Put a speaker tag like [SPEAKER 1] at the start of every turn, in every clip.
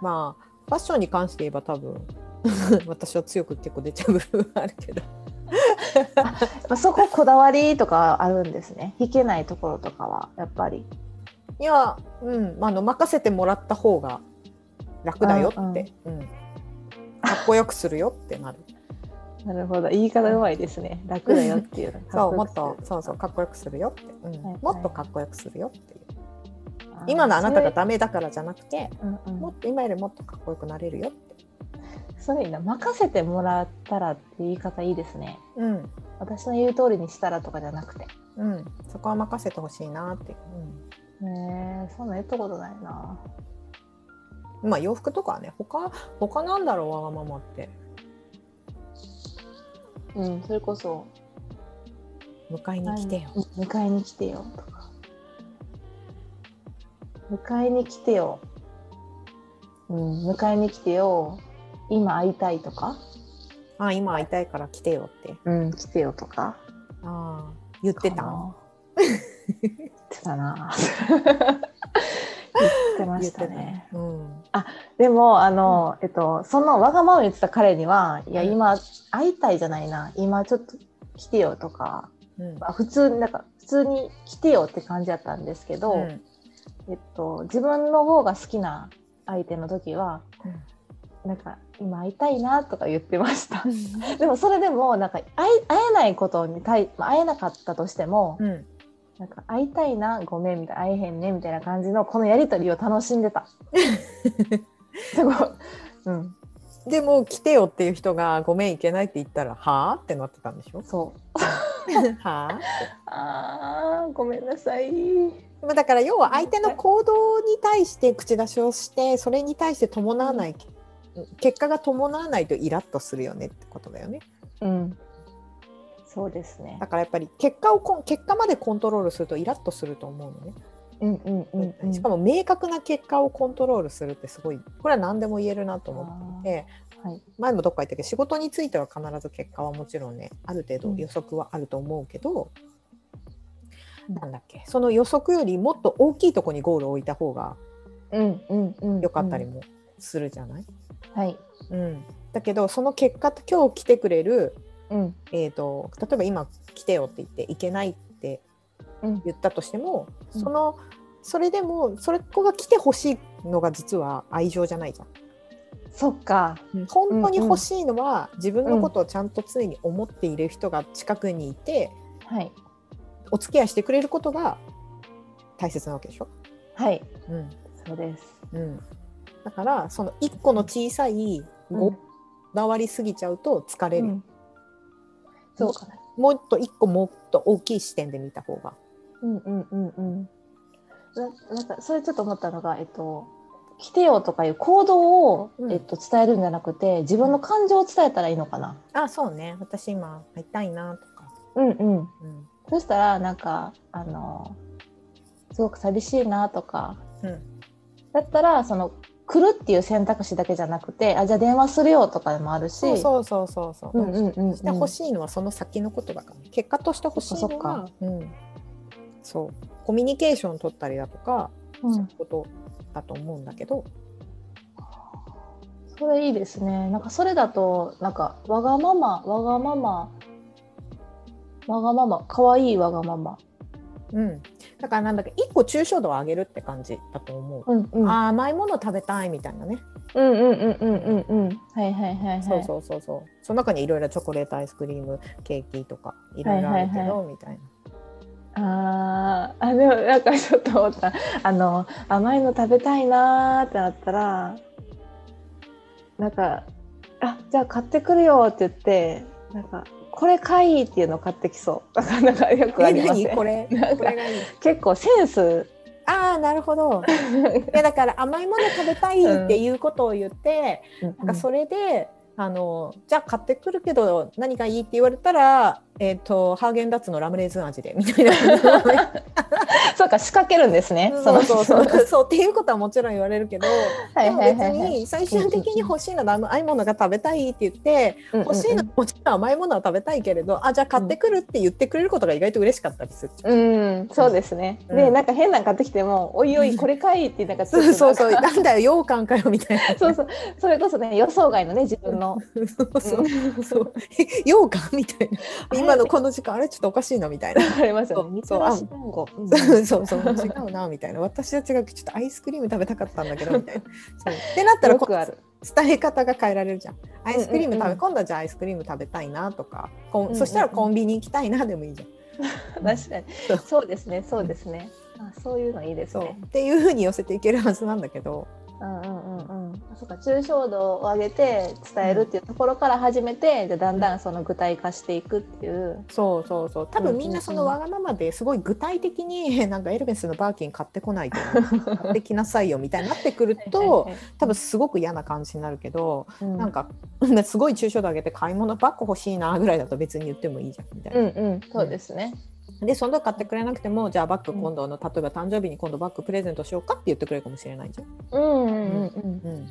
[SPEAKER 1] まあファッションに関して言えば多分 私は強く結構出ちゃう部分はあるけど
[SPEAKER 2] まあ、そここだわりとかあるんですね引けないところとかはやっぱり
[SPEAKER 1] いやうんまああの任せてもらった方が楽だよって、うんかっこよくするよっ てなる
[SPEAKER 2] なるほど言い方うまいですね楽だよっていう
[SPEAKER 1] そうもっとそうそうかっこよくするよって、うん
[SPEAKER 2] はいはい
[SPEAKER 1] もっとかっこよくするよっていう今のあなたがダメだからじゃなくて
[SPEAKER 2] うんうん
[SPEAKER 1] もっと今よりもっとかっこよくなれるよって
[SPEAKER 2] すごいな任せてもらったらって言い方いいですね
[SPEAKER 1] うん
[SPEAKER 2] 私の言う通りにしたらとかじゃなくてへ
[SPEAKER 1] うんそこは任せてほしいなっていう、
[SPEAKER 2] えそんなん言ったことないな
[SPEAKER 1] うん、まあ洋服とかはね他他なんだろうわがままって
[SPEAKER 2] うんそれこそ
[SPEAKER 1] 迎えに来てよ、
[SPEAKER 2] うん迎えに来てよとか迎えに来てようん迎えに来てよ今会いたいとか
[SPEAKER 1] あ今会いたいから来てよって
[SPEAKER 2] うん来てよとか
[SPEAKER 1] あー言ってた
[SPEAKER 2] かな言ってた な言ってましたね
[SPEAKER 1] うん
[SPEAKER 2] でもあの、えっと、そのわがままを言ってた彼には「いや
[SPEAKER 1] うん
[SPEAKER 2] 今会いたいじゃないな今ちょっと来てよ」とか、
[SPEAKER 1] うん
[SPEAKER 2] まあ、普通になんか普通に来てよって感じだったんですけど、
[SPEAKER 1] うん
[SPEAKER 2] えっと、自分の方が好きな相手の時は
[SPEAKER 1] うん
[SPEAKER 2] なんか今会いたいなとか言ってました でもそれでもなんか会い会えないことに対まあ会えなかったとしても、
[SPEAKER 1] うん
[SPEAKER 2] なんか会いたいなごめんみたいな会えへんねみたいな感じのこのやり取りを楽しん でたすごい、うん、
[SPEAKER 1] でも来てよっていう人が「ごめん行けない」って言ったら「はあ?」ってなってたんでしょ
[SPEAKER 2] そう
[SPEAKER 1] はあ
[SPEAKER 2] あーごめんなさい。
[SPEAKER 1] でもだから要は相手の行動に対して口出しをしてそれに対して伴わない、結果が伴わないとイラッとするよねってことだよね
[SPEAKER 2] うん。そうですね
[SPEAKER 1] だ。からやっぱり結果をこん結果までコントロールするとイラッとすると思うのね、
[SPEAKER 2] うんうんうん、うん。
[SPEAKER 1] しかも明確な結果をコントロールするってすごいこれは何でも言えるなと思っていて
[SPEAKER 2] はい。
[SPEAKER 1] 前もどっか言ったけど仕事については必ず結果はもちろんねある程度予測はあると思うけど、
[SPEAKER 2] うん
[SPEAKER 1] なんだっけその予測よりもっと大きいとこにゴールを置いた方が
[SPEAKER 2] うんうんうん。
[SPEAKER 1] 良かったりもするじゃない、
[SPEAKER 2] うん。はい。
[SPEAKER 1] うんだけどその結果今日来てくれる、
[SPEAKER 2] うん
[SPEAKER 1] えー、と例えば今来てよって言って行けないって
[SPEAKER 2] うん。
[SPEAKER 1] 言ったとしても
[SPEAKER 2] うん
[SPEAKER 1] その、それでもそれっ子が来てほしいのが実は愛情じゃないじゃん。
[SPEAKER 2] そっか。
[SPEAKER 1] 本当に欲しいのは、自分のことをちゃんと常に思っている人が近くにいて、
[SPEAKER 2] はい。
[SPEAKER 1] お付き合いしてくれることが大切なわけでしょ、
[SPEAKER 2] はい。
[SPEAKER 1] うん
[SPEAKER 2] そうです。
[SPEAKER 1] うん、だからその一個の小さいこだわりすぎちゃうと疲れ
[SPEAKER 2] う
[SPEAKER 1] る、
[SPEAKER 2] ん。そうか。
[SPEAKER 1] もっと一個もっと大きい視点で見た方が、
[SPEAKER 2] うんうんうんうん。ななんかそれちょっと思ったのがえっと。来てよとかいう行動を、
[SPEAKER 1] うん
[SPEAKER 2] えっと、伝えるんじゃなくて自分の感情を伝えたらいいのかな。
[SPEAKER 1] あそうね私今会いたいなとか、
[SPEAKER 2] うんうん、
[SPEAKER 1] うん
[SPEAKER 2] そしたらなんかあのすごく寂しいなとか
[SPEAKER 1] うん
[SPEAKER 2] だったらその来るっていう選択肢だけじゃなくてあじゃあ電話するよとかでもあるし
[SPEAKER 1] そうそうそうそうそう、
[SPEAKER 2] うんうんうんうん
[SPEAKER 1] して欲しいのはその先のことだから、結果として欲しいの
[SPEAKER 2] そっ
[SPEAKER 1] はうん、そうコミュニケーション取ったりだとか、
[SPEAKER 2] うん
[SPEAKER 1] そういうことだと思うんだけど、
[SPEAKER 2] それいいですねなんかそれだとなんかわがままわがままわがままかわいいわがまま
[SPEAKER 1] うん、だからなんだっけ一個抽象度を上げるって感じだと思う、
[SPEAKER 2] うんうんうん
[SPEAKER 1] あー甘いもの食べたいみたいなね、
[SPEAKER 2] うんうんうんうんうんはいはいはいはい
[SPEAKER 1] そうそうそうそうその中にいろいろチョコレートアイスクリームケーキとかいろいろあるけど、
[SPEAKER 2] はいはい
[SPEAKER 1] みたいな
[SPEAKER 2] あーあでもなんかちょっと思ったあの甘いの食べたいなーってなったらなんか「あじゃあ買ってくるよ」って言ってなんか「これかい」っていうのを買ってきそう なかなかよくあ
[SPEAKER 1] え
[SPEAKER 2] りま
[SPEAKER 1] 何
[SPEAKER 2] せん
[SPEAKER 1] これ
[SPEAKER 2] なんか
[SPEAKER 1] これがいい
[SPEAKER 2] 結構センス
[SPEAKER 1] ああなる ほどいやだから甘いもの食べたいっていうことを言って、なんかそれで、あのじゃあ買ってくるけど何がいいって言われたら、えー、とハーゲンダッツのラムレーズン味でみたいな
[SPEAKER 2] そうか仕掛けるんですね。
[SPEAKER 1] そうそうそう うそうそうっていうことはもちろん言われるけど
[SPEAKER 2] は
[SPEAKER 1] で
[SPEAKER 2] い
[SPEAKER 1] も
[SPEAKER 2] はい
[SPEAKER 1] 別
[SPEAKER 2] はいはい。
[SPEAKER 1] に最終的に欲しいのは甘いものが食べたいって言って欲しいのもちろん甘いものは食べたいけれどあじゃあ買ってくるって言ってくれることが意外と嬉しかったりする。
[SPEAKER 2] うん、そうですね。
[SPEAKER 1] うん
[SPEAKER 2] で、なんか変なん買ってきても、おいおい、これかいって、なんかち
[SPEAKER 1] そ
[SPEAKER 2] ょっとな
[SPEAKER 1] うん
[SPEAKER 2] か、
[SPEAKER 1] そうそうなんだよ羊羹かよみたいな。
[SPEAKER 2] そうそう、それこそね、予想外のね、自分の。
[SPEAKER 1] そうそううんそうえ羊羹みたいな
[SPEAKER 2] あれ
[SPEAKER 1] 今のこの時間あれちょっとおかしいなみたいな。
[SPEAKER 2] ありますよね。み
[SPEAKER 1] そ
[SPEAKER 2] た
[SPEAKER 1] う
[SPEAKER 2] らし団子。うん
[SPEAKER 1] そうそうそう違うなみたいな私は違うけどちょっとアイスクリーム食べたかったんだけどみた いな。そうってなったら
[SPEAKER 2] よ
[SPEAKER 1] こ
[SPEAKER 2] くある。
[SPEAKER 1] 伝え方が変えられるじゃん。アイスクリーム食べ、
[SPEAKER 2] うんうんうん
[SPEAKER 1] 今度はじゃあアイスクリーム食べたいなとかこん、
[SPEAKER 2] うんうんうん
[SPEAKER 1] そしたらコンビニ行きたいなでもいいじゃん。
[SPEAKER 2] 確かに。そうですね、そうですね。あ、そういうのいいです
[SPEAKER 1] そう
[SPEAKER 2] ね。
[SPEAKER 1] っていうふうに寄せていけるはずなんだけど、
[SPEAKER 2] うんうんうんうん。あそうか、抽象度を上げて、伝えるっていうところから始めて、で、だんだんその具体化していくっていう。
[SPEAKER 1] そうそうそう多
[SPEAKER 2] うんうんう
[SPEAKER 1] 分
[SPEAKER 2] ん
[SPEAKER 1] みんなそのわがままですごい具体的になんかエルメスのバーキン買ってこないと思う買ってきなさいよみたいになってくると
[SPEAKER 2] はいはいはい
[SPEAKER 1] 多分すごく嫌な感じになるけど、
[SPEAKER 2] うん
[SPEAKER 1] なんかすごい抽象度上げて買い物バッグ欲しいなぐらいだと別に言ってもいいじゃんみたいな。
[SPEAKER 2] うんうん、そうですね。
[SPEAKER 1] でその時買ってくれなくてもじゃあバッグ
[SPEAKER 2] うん
[SPEAKER 1] 今度の、例えば誕生日に今度バッグプレゼントしようかって言ってくれるかもしれないじゃ
[SPEAKER 2] う
[SPEAKER 1] ん。
[SPEAKER 2] んうんうんうん。
[SPEAKER 1] うん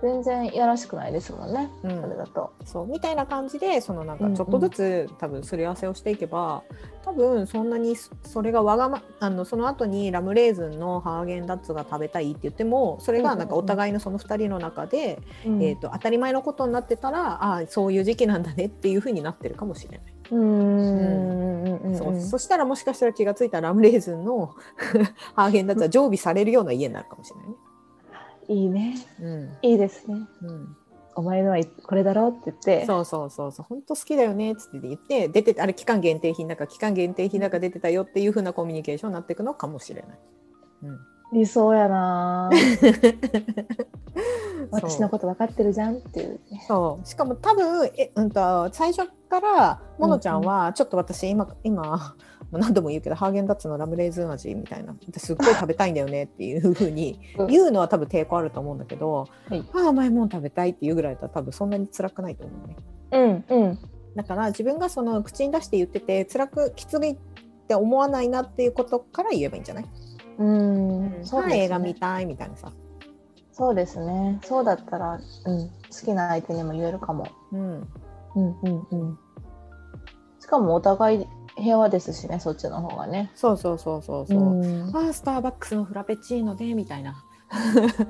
[SPEAKER 2] 全然やらしくないですもんね。そ
[SPEAKER 1] う
[SPEAKER 2] れ
[SPEAKER 1] ん、
[SPEAKER 2] だと。
[SPEAKER 1] そうみたいな感じでそのなん
[SPEAKER 2] う
[SPEAKER 1] か
[SPEAKER 2] んうん
[SPEAKER 1] ちょっとずつ多分すり合わせをしていけば多分そんなにそそれがわがまあのその後にラムレーズンのハーゲンダッツが食べたいって言ってもそれがなんか
[SPEAKER 2] うんうんう
[SPEAKER 1] お
[SPEAKER 2] ん
[SPEAKER 1] 互いのその2人の中で、
[SPEAKER 2] うん
[SPEAKER 1] えー、と当たり前のことになってたらああそういう時期なんだねっていうふうになってるかもしれない。
[SPEAKER 2] うんうんうんうん
[SPEAKER 1] そうそしたらもしかしたら気がついたらラムレーズンの ハーゲンダッツは常備されるような家になるかもしれないね。
[SPEAKER 2] いいね。
[SPEAKER 1] うん
[SPEAKER 2] いいですね。
[SPEAKER 1] うん、
[SPEAKER 2] お前のはいこれだろうって言って。
[SPEAKER 1] そうそうそうそう本当好きだよねっつって言って出てあれ期間限定品だから期間限定品だから出てたよっていう風なコミュニケーションになっていくのかもしれない。
[SPEAKER 2] 理想やなぁ。 私のこ
[SPEAKER 1] こ
[SPEAKER 2] と分かってるじゃんっていうね。
[SPEAKER 1] そうしかも多分え、うん、と最初からものちゃんはちょっと私今今何度も言うけどハーゲンダッツのラムレーズン味みたいな私すっごい食べたいんだよねっていう風に
[SPEAKER 2] うん
[SPEAKER 1] 言うのは多分抵抗あると思うんだけど、
[SPEAKER 2] はい
[SPEAKER 1] ああ甘いもん食べたいっていうぐらいだったら多分そんなに辛くないと思うね。
[SPEAKER 2] うんうん。
[SPEAKER 1] だから自分がその口に出して言ってて辛くきついって思わないなっていうことから言えばいいんじゃない、
[SPEAKER 2] うん、そう
[SPEAKER 1] あ
[SPEAKER 2] ですね
[SPEAKER 1] 映画見たいみたいなさ、
[SPEAKER 2] そうですね。そうだったら、うん、好きな相手にも言えるかも。
[SPEAKER 1] うん、
[SPEAKER 2] うんうんうん。しかもお互い平和ですしね、そっちの方がね。
[SPEAKER 1] そうそうそうそうそう、
[SPEAKER 2] ん
[SPEAKER 1] ああスターバックスのフラペチーノでみたいな、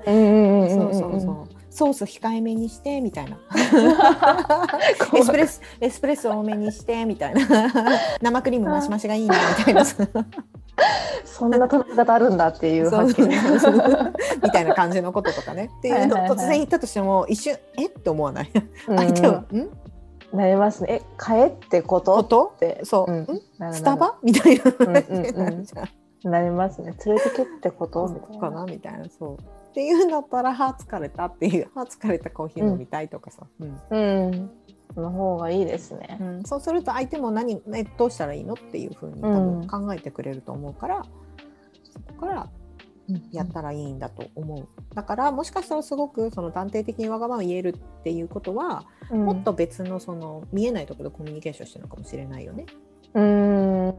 [SPEAKER 2] うんうんうん
[SPEAKER 1] そうそう
[SPEAKER 2] うん。
[SPEAKER 1] そうソース控えめにしてみたいな エ
[SPEAKER 2] エ
[SPEAKER 1] ス
[SPEAKER 2] ス
[SPEAKER 1] プ
[SPEAKER 2] プ
[SPEAKER 1] レ
[SPEAKER 2] レ
[SPEAKER 1] ッソエスプレッソ多めにしてみたいな 生クリームマシマシがいいなみたいなさ
[SPEAKER 2] そんな食べ方あるんだっていう
[SPEAKER 1] そう
[SPEAKER 2] 発見。
[SPEAKER 1] みたいな感じのこととかねっていうのを
[SPEAKER 2] はいはいはい
[SPEAKER 1] 突然言ったとしても一瞬えって思わない相手は、ん
[SPEAKER 2] うんなりますね。え、買えってこ
[SPEAKER 1] ことと
[SPEAKER 2] って。
[SPEAKER 1] そう、
[SPEAKER 2] うん
[SPEAKER 1] ん
[SPEAKER 2] なるなる
[SPEAKER 1] スタバみたいな
[SPEAKER 2] うんうん
[SPEAKER 1] 感じになるじゃん
[SPEAKER 2] なりますね。連れてけってことみた
[SPEAKER 1] そ
[SPEAKER 2] いう
[SPEAKER 1] か
[SPEAKER 2] な。
[SPEAKER 1] なみたいなそうっていうんだったら歯疲れたっていう歯疲れたコーヒー飲みたいとかさ、うん
[SPEAKER 2] うん。その方がいいですね。
[SPEAKER 1] うんそうすると相手も何えどうしたらいいのっていうふうに多分考えてくれると思うから、そこからやったらいいんだと思うだからもしかしたらすごくその断定的にわがまま言えるっていうことは、
[SPEAKER 2] うん
[SPEAKER 1] もっと別のその見えないところでコミュニケーションしてるのかもしれないよね。
[SPEAKER 2] うん。
[SPEAKER 1] うん、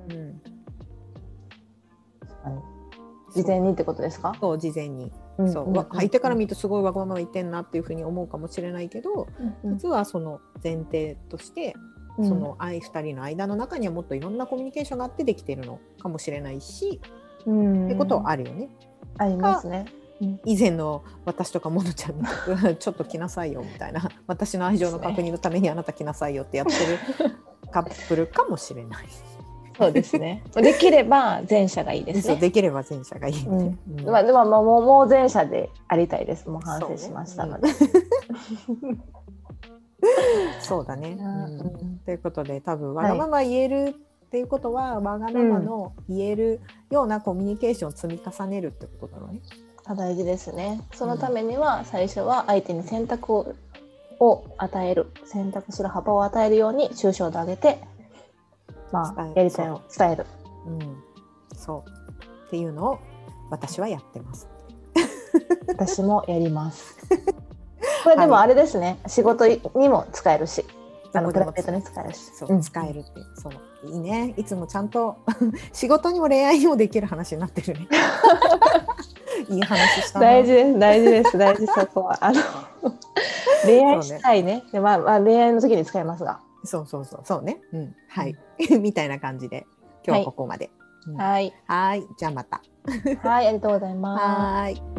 [SPEAKER 2] 事前にってことですか。
[SPEAKER 1] そう事前に
[SPEAKER 2] ん
[SPEAKER 1] そう、わ相手から
[SPEAKER 2] 見。
[SPEAKER 1] 見るとすごいわがまま言ってんなっていうふうに思うかもしれないけど、
[SPEAKER 2] うん
[SPEAKER 1] 実はその前提として、
[SPEAKER 2] うん
[SPEAKER 1] その愛2人の間の中にはもっといろんなコミュニケーションがあってできてるのかもしれないし、
[SPEAKER 2] うん
[SPEAKER 1] ってことはあるよね
[SPEAKER 2] ありますね。
[SPEAKER 1] 以前の私とかモノちゃんみたいにちょっと来なさいよみたいな私の愛情の確認のためにあなた来なさいよってやって るカップルかもしれない。
[SPEAKER 2] そうですね。 できれば前者がいいです
[SPEAKER 1] そう
[SPEAKER 2] ね。
[SPEAKER 1] できれば前者がいい、
[SPEAKER 2] う
[SPEAKER 1] ね
[SPEAKER 2] ん
[SPEAKER 1] うん
[SPEAKER 2] まあでもまあもうもう前者でありたいです。もう反省しましたので。
[SPEAKER 1] そうだね、うん
[SPEAKER 2] うん
[SPEAKER 1] ということで多分わ
[SPEAKER 2] はい
[SPEAKER 1] がまま言えるっていうことは、わがままの言えるようなコミュニケーションを積み重ねるってことだろうね。
[SPEAKER 2] 大事ですね。そのためには最初は相手に選択をを与える選択する幅を与えるように抽象度を上げて、まあ
[SPEAKER 1] 伝える
[SPEAKER 2] やりたいを伝える。
[SPEAKER 1] うん、そうっていうのを私はやってます。
[SPEAKER 2] 私もやります。これでもあれですね、仕事にも使えるしあのプ
[SPEAKER 1] ど
[SPEAKER 2] ラ
[SPEAKER 1] こ
[SPEAKER 2] イ
[SPEAKER 1] で
[SPEAKER 2] ベート
[SPEAKER 1] も
[SPEAKER 2] に使えるし
[SPEAKER 1] そう使えるって、そのいいねいつもちゃんと 仕事にも恋愛にもできる話になって るねいい話したな
[SPEAKER 2] 大事です大事です大事そこはあの恋愛したいねでまあ、まあ恋愛の時に使えますが、
[SPEAKER 1] そうそうそうそうねうんはい みたいな感じで今日はここまで、うん
[SPEAKER 2] はい
[SPEAKER 1] はいじゃあまた
[SPEAKER 2] はいありがとうございます
[SPEAKER 1] はーい